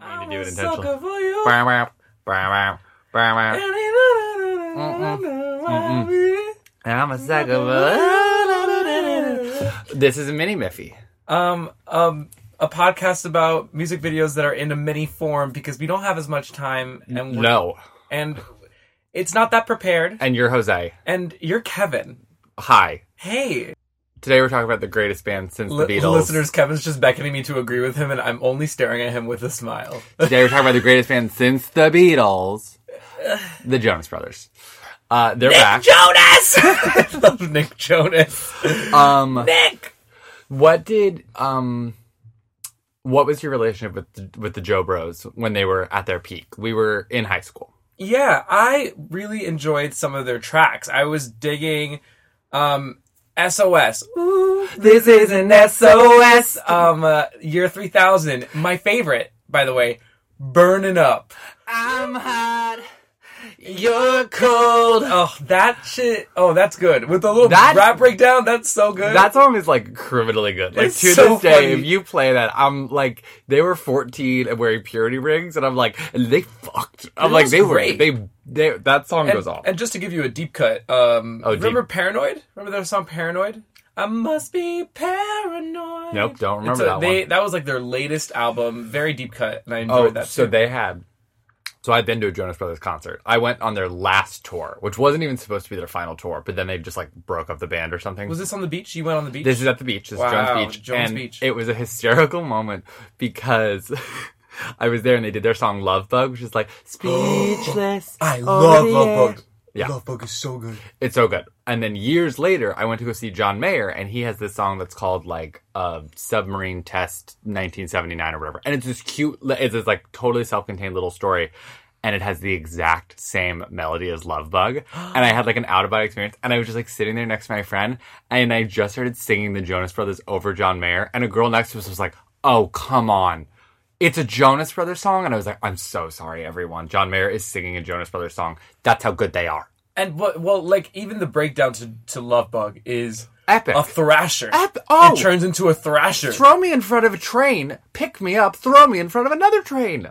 do it Sucker intentionally. for you. Bow, wow, bow, wow, bow, wow. I'm a sucker for- This is a mini Miffy. Um, um, a podcast about music videos that are in a mini form because we don't have as much time, and we're- No. and it's not that prepared. And you're Jose. And you're Kevin. Hi. Hey, Today we're talking about the greatest band since li- the Beatles. listeners, Kevin's just beckoning me to agree with him, and I'm only staring at him with a smile. Today we're talking about the greatest band since the Beatles, the Jonas Brothers. Uh, they're back. Jonas. I love Nick Jonas. Um, Nick. what did um, what was your relationship with the, with the Joe Bros when they were at their peak? We were in high school. Yeah, I really enjoyed some of their tracks. I was digging um SOS. Ooh, this is an SOS. Um uh, year 3000. My favorite, by the way, Burning Up. I'm hot. You're cold. Oh, that shit. Oh, that's good. With a little That- rap breakdown, that's so good. That song is like criminally good. Like It's to so this day, funny. if you play that, I'm like they were 14 and wearing purity rings, and I'm like they fucked. I'm It like was they were great. they they that song and, goes off. and just to give you a deep cut, um Oh, deep. remember Paranoid? Remember their song Paranoid? I must be paranoid. Nope, don't It's remember a- that they, one. That was like their latest album, very deep cut, and I enjoyed Oh, that. so too. they had. So I've been to a Jonas Brothers concert. I went on their last tour, which wasn't even supposed to be their final tour, but then they just like broke up the band or something. Was this on the beach? You went on the beach? This is at the beach. This Wow, is Jones Beach. Jones and Beach. It was a hysterical moment because I was there and they did their song Love Bug, which is like speechless. I over love the Love air. Bug. Oh, Yeah. Love Bug is so good. It's so good. And then years later, I went to go see John Mayer, and he has this song that's called like uh, "Submarine Test 1979" or whatever. And it's this cute, it's this like totally self-contained little story, and it has the exact same melody as "Love Bug." And I had like an out-of-body experience, and I was just like sitting there next to my friend, and I just started singing the Jonas Brothers over John Mayer, and a girl next to us was like, "Oh, come on." It's a Jonas Brothers song, and I was like, I'm so sorry, everyone. John Mayer is singing a Jonas Brothers song. That's how good they are. And what, well, like even the breakdown to, to Love Bug is Epic. a thrasher. Ep- oh! It turns into a thrasher. Throw me in front of a train, pick me up, throw me in front of another train.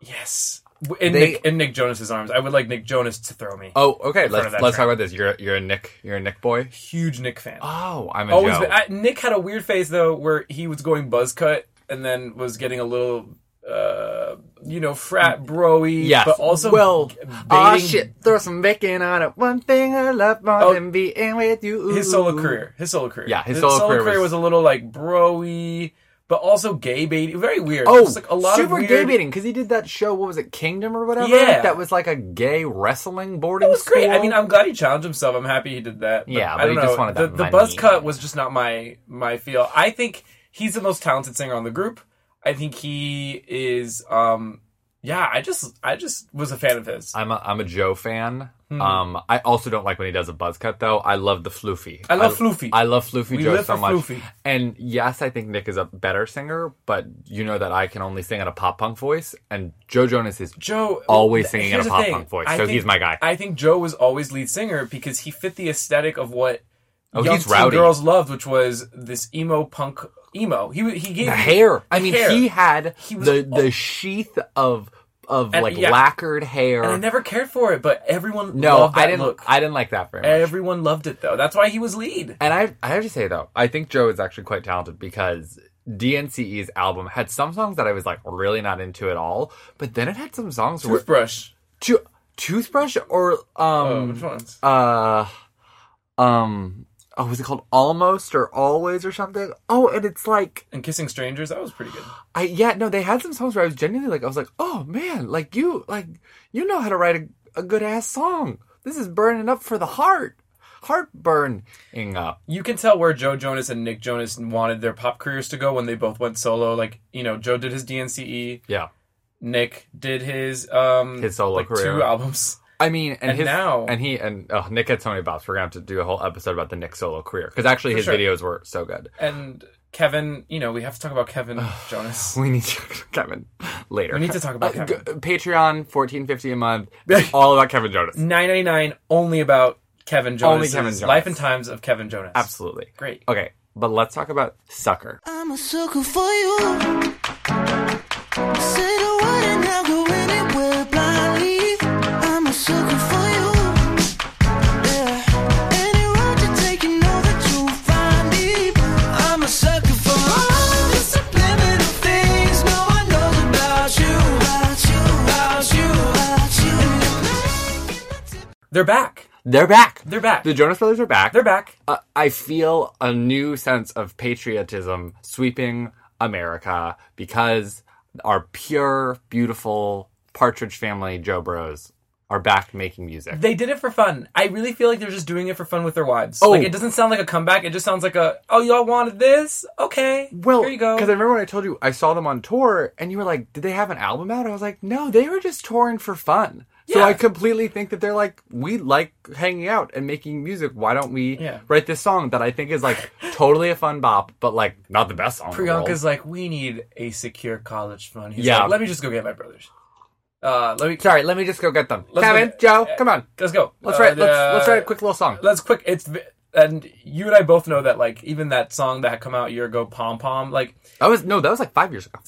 yes. W- In, They- Nick, in Nick Jonas's arms. I would like Nick Jonas to throw me. Oh, okay. front Let's of that let's train. talk about this. You're you're a Nick you're a Nick boy. Huge Nick fan. Oh, I'm a Always Joe. been, I, Nick had a weird phase though where he was going buzz cut and then was getting a little uh you know frat broy Mm. yes. but also well, g- aw, baiting shit. Throw some bacon on it. One thing I love more Oh. than being with you. his solo career. His solo career. Yeah, his solo career was... was- a little like broy, but also gay baiting. Very weird. Oh, Just, like a lot super of weird... gay baiting because he did that show. What was it, Kingdom or whatever? Yeah. that was like a gay wrestling boarding. It was great. I school. mean, I'm glad he challenged himself. I'm happy he did that. But Yeah, I but don't he just know. wanted the, that the buzz money. cut was just not my my feel. I think he's the most talented singer on the group. I think he is. um Yeah, I just I just was a fan of his. I'm a, I'm a Joe fan. Hmm. Um, I also don't like when he does a buzz cut though. I love the floofy. I love floofy. I love floofy We Joe live so for much. floofy. And yes, I think Nick is a better singer, but you know that I can only sing in a pop punk voice, and Joe Jonas is Joe always th- singing in here's a the pop thing. punk voice, I so think- he's my guy. I think Joe was always lead singer because he fit the aesthetic of what Oh, young he's teen rowdy. girls loved, which was this emo punk emo. He w- he gave the hair. I mean, hair. he had was- the the sheath of of And- like yeah. lacquered hair. and I never cared for it, but everyone no, loved that I didn't. look. I didn't like that very much. Everyone loved it though. That's why he was lead. And I, I have to say though, I think Joe is actually quite talented because DNCE's album had some songs that I was like really not into at all, but then it had some songs where Toothbrush. Tooth- Toothbrush or Oh, which um ones? uh um oh was it called Almost or Always or something? Oh, and it's like And Kissing Strangers. That was pretty good. I yeah no they had some songs where I was genuinely like I was like oh man like you like you know how to write a, a good ass song. This is burning up for the heart, heart burning up. You can tell where Joe Jonas and Nick Jonas wanted their pop careers to go when they both went solo. Like you know, Joe did his DNCE. Yeah. E, Nick did his um His solo like, career. two albums. I mean, and, And his, now- and he and oh, Nick had so many bops. We're gonna have to do a whole episode about the Nick solo career because actually his sure. videos were so good. And Kevin, you know, we have to talk about Kevin Jonas. We need to Kevin later. We need to talk about Uh, Kevin. g- Patreon fourteen fifty a month. all about Kevin Jonas. Nine ninety nine only about Kevin Jonas. Only Kevin Jonas. Life and Times of Kevin Jonas. Absolutely. Great. Okay, but let's talk about Sucker. I'm a sucker for you. Say the word and They're back. They're back. They're back. The Jonas Brothers are back. They're back. Uh, I feel a new sense of patriotism sweeping America because our pure, beautiful Partridge Family Joe Bros are back making music. They did it for fun. I really feel like they're just doing it for fun with their wives. Oh. Like it doesn't sound like a comeback. It just sounds like a oh y'all wanted this? Okay. Well, here you go. Because I remember when I told you I saw them on tour, and you were like, "Did they have an album out?" I was like, "No, they were just touring for fun." So Yeah. I completely think that they're like, "We like hanging out and making music. Why don't we Yeah. write this song that I think is like totally a fun bop, but like not the best song?" in the world. Priyanka's like, we need a secure college fund. He's Yeah. like, let me just go get my brothers. Uh, let me Sorry, let me just go get them. Let's Kevin, go- Joe, come on, let's go. let's Uh, write let's let's uh, write a quick little song. Let's quick. It's v- and you and I both know that like even that song that had come out a year ago, Pom Pom, like That was no, that was like five years ago.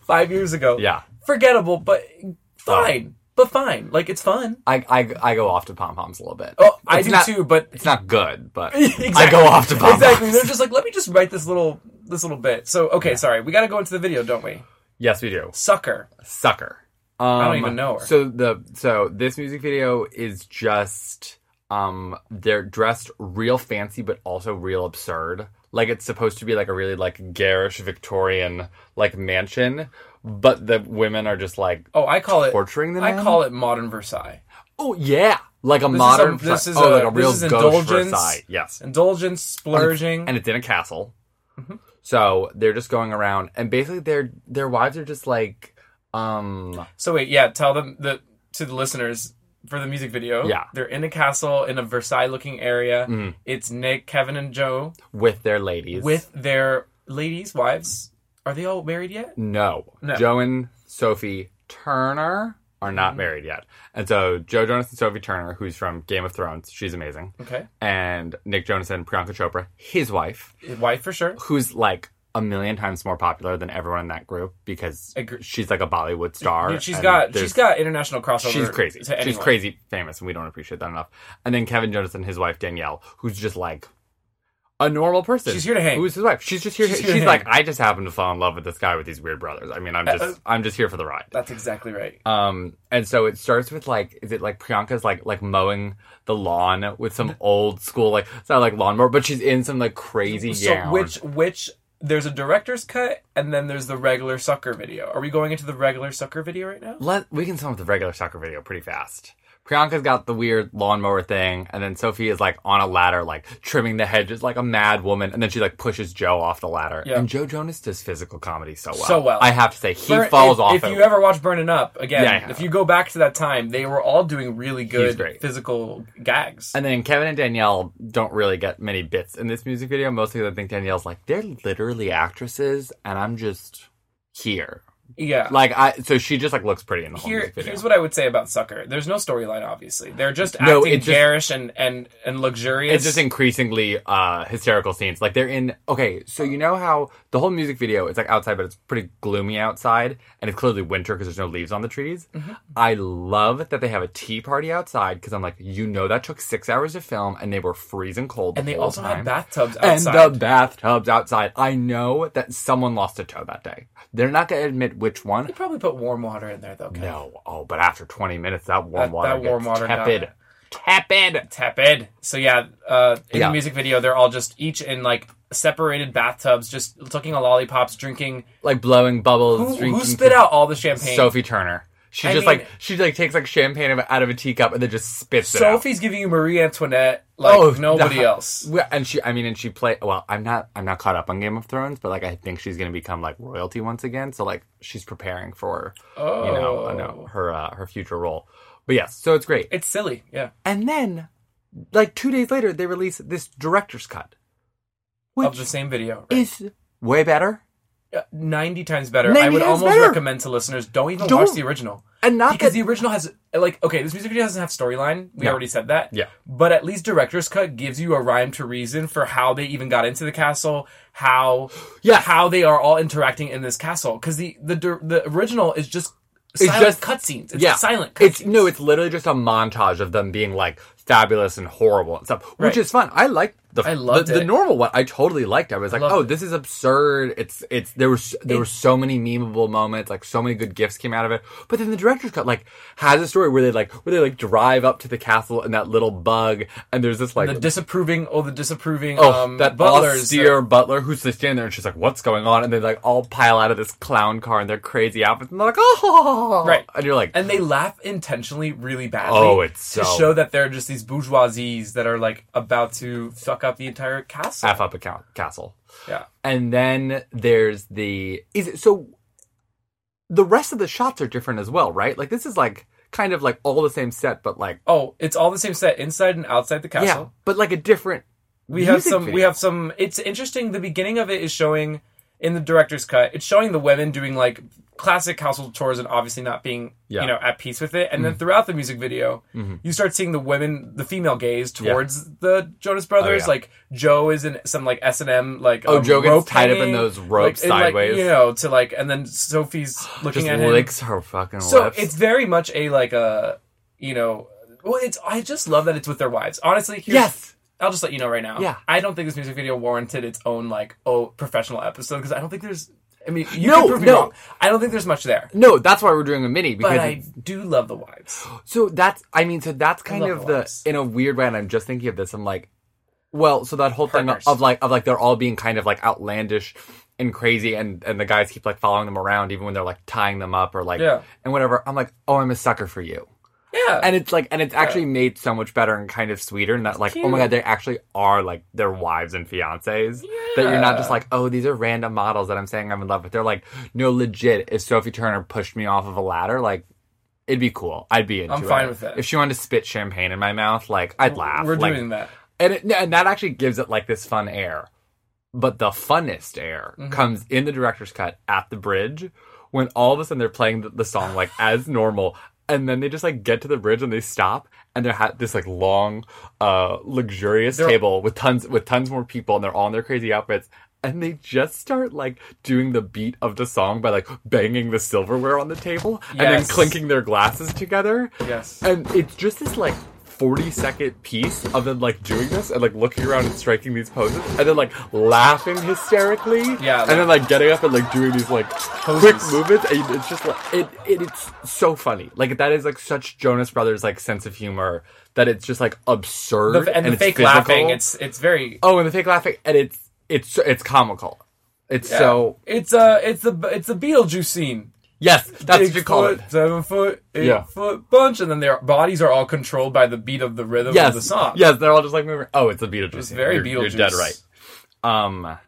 five years ago. Yeah, forgettable, but fine. But fine, like it's fun. I I, I go off to pom poms a little bit. Oh, I It's do not- too, but It's not good, but I Exactly. go off to pom poms. Exactly. They're just like, let me just write this little this little bit. So okay, sorry. We gotta go into the video, don't we? Yes, we do. Sucker. sucker. Um, I don't even know her. So the so this music video is just um they're dressed real fancy but also real absurd. Like it's supposed to be like a really like garish Victorian like mansion, but the women are just like Oh, I call it torturing them. I call it modern Versailles. oh yeah, like a modern. this Versa- is oh, a- like a this real is gauche indulgence. Mm-hmm. Versailles. Yes, Indulgence, splurging. and it's in a castle. Mm-hmm. So they're just going around, and basically their their wives are just like, um, so wait, yeah, tell them the to the listeners for the music video. Yeah. Mm. They're in a castle in a Versailles looking area. It's Nick, Kevin, and Joe with their ladies with their ladies, wives. Are they all married yet? No. No. Joe and Sophie Turner are Mm-hmm. not married yet. And so Joe Jonas and Sophie Turner, who's from Game of Thrones, she's amazing. Okay. And Nick Jonas and Priyanka Chopra, his wife, Wife for sure. who's like a million times more popular than everyone in that group because Agree- she's like a Bollywood star. Dude, she's and got there's- she's got international crossover. She's crazy. to She's anyone. crazy famous, and we don't appreciate that enough. And then Kevin Jonas and his wife Danielle, who's just like a normal person. She's here to hang. Who's his wife? She's just here. She's She's, here to like, hang. Uh, I just happen to fall in love with this guy with these weird brothers. I mean, I'm just, I'm just here for the ride. That's exactly right. Um, and so it starts with like, is it like Priyanka's like like mowing the lawn with some old school like it's not like lawnmower, but she's in some like crazy gown. So which which there's a director's cut and then there's the regular sucker video. Are we going into the regular sucker video right now? Let we can sum up the regular soccer video pretty fast. Priyanka's got the weird lawnmower thing, and then Sophie is like on a ladder, like trimming the hedges like a mad woman, and then she like pushes Joe off the ladder. Yeah. And Joe Jonas does physical comedy so well. So well. I have to say, he Burn- falls if, off. If it. you ever watch Burning Up again, Yeah, I have. if you go back to that time, they were all doing really good great. physical gags. and then Kevin and Danielle don't really get many bits in this music video, mostly 'cause I think Danielle's like they're literally actresses, and I'm just here. yeah. Like I, so she just like looks pretty in the whole Here, music video. here's what I would say about Sucker. There's no storyline, obviously. They're just acting No, it just- garish and, and, and luxurious. it's just increasingly uh hysterical scenes like they're in okay so you know how the whole music video it's like outside but it's pretty gloomy outside and it's clearly winter because there's no leaves on the trees Mm-hmm. i love that they have a tea party outside because i'm like you know that took six hours to film and they were freezing cold and the they whole also time. had bathtubs and outside. the bathtubs outside i know that someone lost a toe that day they're not going to admit which one They probably put warm water in there, though. Ken. no oh but after 20 minutes that warm That- water that warm gets water got tepid it. tepid tepid. So yeah, uh, in Yeah. the music video, they're all just each in like separated bathtubs, just looking at lollipops, drinking. like blowing bubbles Who, drinking who spit out all the champagne? Sophie Turner. She I just mean- like she like takes like champagne of- out of a teacup and then just spits it out. Sophie's giving you Marie Antoinette like Oh, nobody the- else. Well, And she, I mean, and she play. Well, I'm not, I'm not caught up on Game of Thrones, but like I think she's gonna become like royalty once again. So like she's preparing for, you know, I Oh. know, her uh, her future role. But yes, so it's great. It's silly. Yeah, And then, like two days later, they release this director's cut, of which the same video. right? is way better Uh, Ninety times better. 90 I would times almost better. recommend to listeners don't even Don't- watch the original and not because that- the original has like okay, this music video doesn't have storyline. We No. already said that. Yeah. But at least director's cut gives you a rhyme to reason for how they even got into the castle, how Yeah. how they are all interacting in this castle because the the dir- the original is just just- silent cutscenes. It's yeah, silent. It's cutscenes. no, it's literally just a montage of them being like fabulous and horrible and stuff, which Right. is fun. I like the I loved the, the it. normal one. I totally liked. it. I was like, loved oh, it. this is absurd. It's it's there was there were so many memeable moments. Like so many good gifts came out of it. But then the director's cut like has a story where they like where they like drive up to the castle and that little bug and there's this like the disapproving, oh, the disapproving Oh, um, that butlers. austere butler who's just standing there, and she's like, "What's going on?" And they like all pile out of this clown car in their crazy outfits, and they're like, "Oh!" Right. and you're like, and they laugh intentionally really badly. Oh, it's to so- show that they're just these bourgeoisies that are like about to fuck up the entire castle. "F up a ca- castle." yeah, And then there's the is it so. The rest of the shots are different as well, right? Like this is like kind of like all the same set, but like Oh, it's all the same set inside and outside the castle. yeah, but like a different. We have music some. We video. have some. It's interesting. The beginning of it is showing in the director's cut. It's showing the women doing like classic household chores and obviously not being Yeah. Mm-hmm. you know at peace with it. And then throughout the music video, you start seeing the women, the female gaze towards the Jonas Brothers. Oh, yeah. Like Joe is in some like S and M like Oh, um, Joe gets rope tied up in hanging, those ropes like, and, like, sideways. you know, to like, and then Sophie's looking just at him. licks her fucking So lips. it's very much a like a you know. Well, it's I just love that it's with their wives. Honestly, here's- yes, I'll just let you know right now. Yeah. I don't think this music video warranted its own like oh professional episode because I don't think there's. I mean, you No, can prove me no. wrong. I don't think there's much there, no, that's why we're doing a mini because but it's- I do love the wives. So that's I mean, so that's kind love of the the lights. in a weird way, and I'm just thinking of this, I'm like, well, so that whole Partners. thing of like of like they're all being kind of like outlandish and crazy and and the guys keep like following them around even when they're like tying them up or like Yeah. and whatever. I'm like, oh I'm a sucker for you. Yeah, And it's like and it's actually made so much better and kind of sweeter and that like, oh cute. my god, they actually are like their wives and fiancés. That you're not just like, oh, these are random models that I'm saying I'm in love with. They're like, no, legit, if Sophie Turner pushed me off of a ladder, like It'd be cool. I'd be into I'm it. fine with that. If she wanted to spit champagne in my mouth, like I'd laugh. we're like, doing that. and it, and that actually gives it like this fun air. But the funnest air comes in the director's cut at the bridge when all of a sudden they're playing the, the song like as normal, and then they just like get to the bridge and they stop and they're at this like long, uh, luxurious table with tons with tons more people and they're all in their crazy outfits. And they just start like doing the beat of the song by like banging the silverware on the table and then Yes. clinking their glasses together. Yes. And it's just this like 40 second piece of them like doing this and like looking around and striking these poses and then like laughing hysterically. Yeah, And then like getting up and like doing these like quick movements. And it's just like, it, it, it's so funny. Like that is like such Jonas Brothers like sense of humor that it's just like absurd. The, and, the it's fake physical. laughing. It's it's very. oh, and the fake laughing. And it's, it's, it's comical. It's so, it's uh it's the it's the Beetlejuice scene. yes, that's Six what you call foot, it. Seven foot, eight Yeah. foot bunch, and then their bodies are all controlled by the beat of the rhythm Yes. of the song. Yes, they're all just like moving. Oh, it's a Beetlejuice. it's very you Beetlejuice. You're dead right. Um,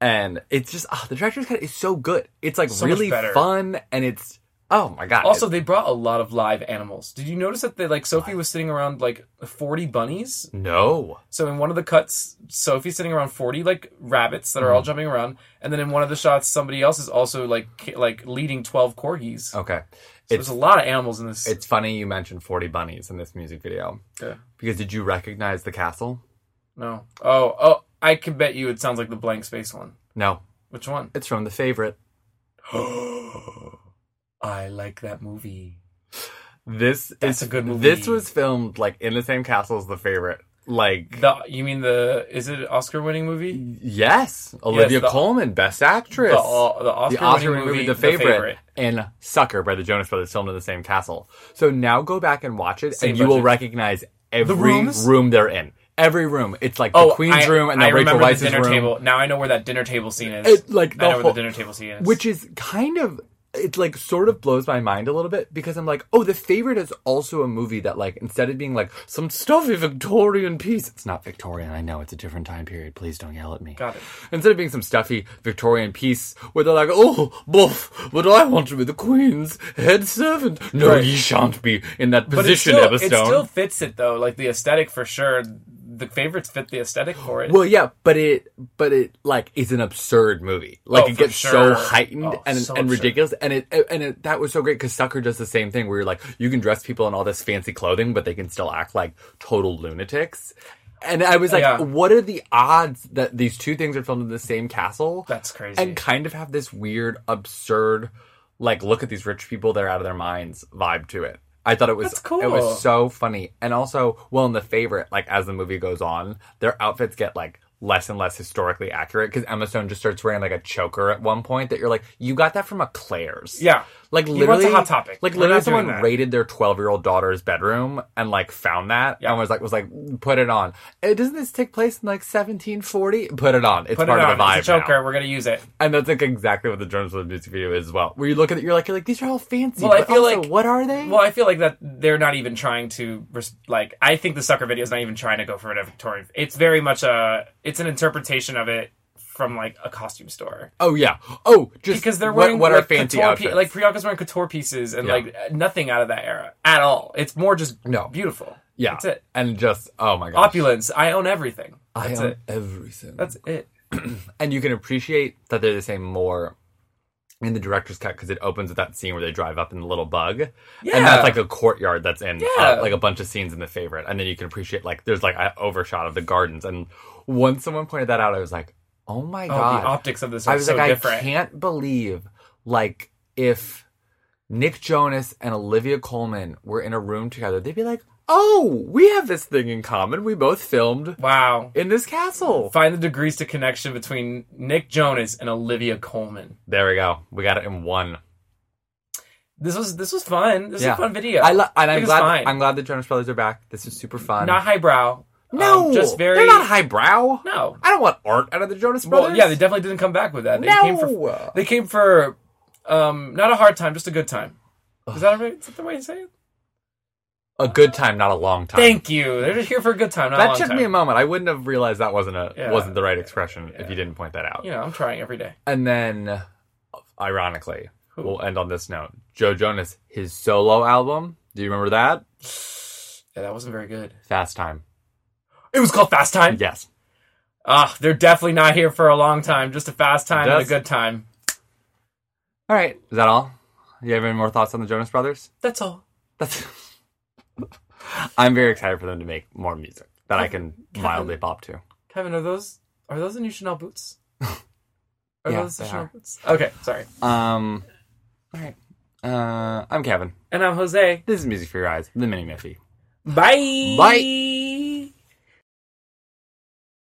and it's just ah, the director's cut is so good. It's like So much really better. fun, and it's oh my god. Also, they brought a lot of live animals. Did you notice that they like Sophie was sitting around like forty bunnies? no, So in one of the cuts, Sophie's sitting around forty like rabbits that are Mm-hmm. all jumping around, and then in one of the shots, somebody else is also like ki- like leading twelve corgis. okay, so it's there's a lot of animals in this. Oh, it's funny you mentioned forty bunnies in this music video Yeah. because did you recognize the castle? no, oh, oh, I can bet you it sounds like the blank space one. No, Which one? it's from the favorite. I like that movie. This That's is a good movie. This was filmed like in the same castle as the favorite. Like The you mean the is it an Oscar-winning movie? yes, Olivia the- Colman, best actress. The, uh, o- the the Oscar-winning Oscar movie, movie, The Favorite, and Sucker by the Jonas Brothers, filmed in the same castle. So now go back and watch it, Same and you will budget. recognize every rooms? Oh, room they're in. Every room, it's like the Queen's I- room and I then Rachel remember the Weisz's dinner room, Table. Now I know where that dinner table scene is. It- I like, the know where whole- the dinner table scene is. which is kind of it. Like sort of blows my mind a little bit because I'm like, oh, the favorite is also a movie that like instead of being like some stuffy Victorian piece, it's not Victorian. I know it's a different time period. Please don't yell at me. Got it. Instead of being some stuffy Victorian piece where they're like, oh, bluff, but I want to be the Queen's head servant. No, Right. ye shan't be in that But position, it Everstone. still, it still fits it though. Like the aesthetic for sure. The favorites fit the aesthetic for it. well, yeah, but it, but it, like, is an absurd movie. Like, Oh, it for gets so sure. heightened Oh, and, so and absurd. ridiculous. And it, and it, that was so great because Sucker does the same thing where you're like, you can dress people in all this fancy clothing, but they can still act like total lunatics. And I was like, Yeah. what are the odds that these two things are filmed in the same castle? That's crazy. and kind of have this weird, absurd, like look at these rich people, they're out of their minds vibe to it. I thought it was That's cool. it was so funny. And also, well, in the favorite, like as the movie goes on, their outfits get like less and less historically accurate because Emma Stone just starts wearing like a choker at one point that you're like, you got that from a Claire's. Yeah. Like wants a literally, Hot Topic. Like We're literally, not doing someone that. raided their twelve-year-old daughter's bedroom and like found that and was like, was like, put it on. Eh, doesn't this take place in like 1740? Put it on. It's Put it part on. of the vibe. It's a choker. now. We're gonna use it. And that's like exactly what the Jonas Brothers music video is as well. Where you look at it, you're like, you're like, these are all fancy. Well, I but feel also, like- what are they? Well, I feel like that they're not even trying to res- like. I think the sucker video is not even trying to go for an Victorian. It's very much a. It's an interpretation of it from like a costume store oh yeah. Oh, just because they're what- wearing what, like, are fancy couture outfits? Pie- like Priyanka's wearing couture pieces and Yeah. like nothing out of that era at all. It's more just No. beautiful. yeah, that's it. And just oh my god, Opulence. I own everything. I That's own it. everything. That's it. and you can appreciate that they're the same more in the director's cut because it opens with that scene where they drive up in the little bug, and Yeah. that's like a courtyard that's in uh, Yeah. like a bunch of scenes in the favorite, and then you can appreciate like there's like an overshot of the gardens, and once someone pointed that out, I was like, oh my Oh, god, the optics of this I are was so like, I different. can't believe, like, if Nick Jonas and Olivia Coleman were in a room together, they'd be like, oh, we have this thing in common. We both filmed Wow. in this castle. Find the degrees to connection between Nick Jonas and Olivia Coleman. There we go. We got it in one. This was this was fun. This Yeah. was a fun video. I lo- and It I'm was glad. fine. I'm glad the Jonas Brothers are back. This is super fun. not highbrow. no, um, just very. They're not highbrow. no. I don't want art out of the Jonas Brothers. Well, yeah, they definitely didn't come back with that. They No. came for they came for um not a hard time, just a good time. Is that, right? Is that the way you say it? a good time, not a long time. Thank you. They're just here for a good time, not a that long took time. me a moment. I wouldn't have realized that wasn't a Yeah. wasn't the right expression if you didn't point that out. you know, I'm trying every day. And then, ironically, we'll end on this note. Joe Jonas, his solo album. Do you remember that? Yeah, that wasn't very good. Fast Time. It was called Fast Time. Yes. Ah, they're definitely not here for a long time. Just a fast time and a Just- good time. All right. Is that all? You have any more thoughts on the Jonas Brothers? That's all. That's. I'm very excited for them to make more music that I can mildly bop to. Kevin, are those are those the new Chanel boots? Are Yeah, those the they Chanel are. boots? Okay, sorry. Um. All right. Uh, I'm Kevin. And I'm Jose. This is Music for Your Eyes, the Mini Miffy. Bye. Bye.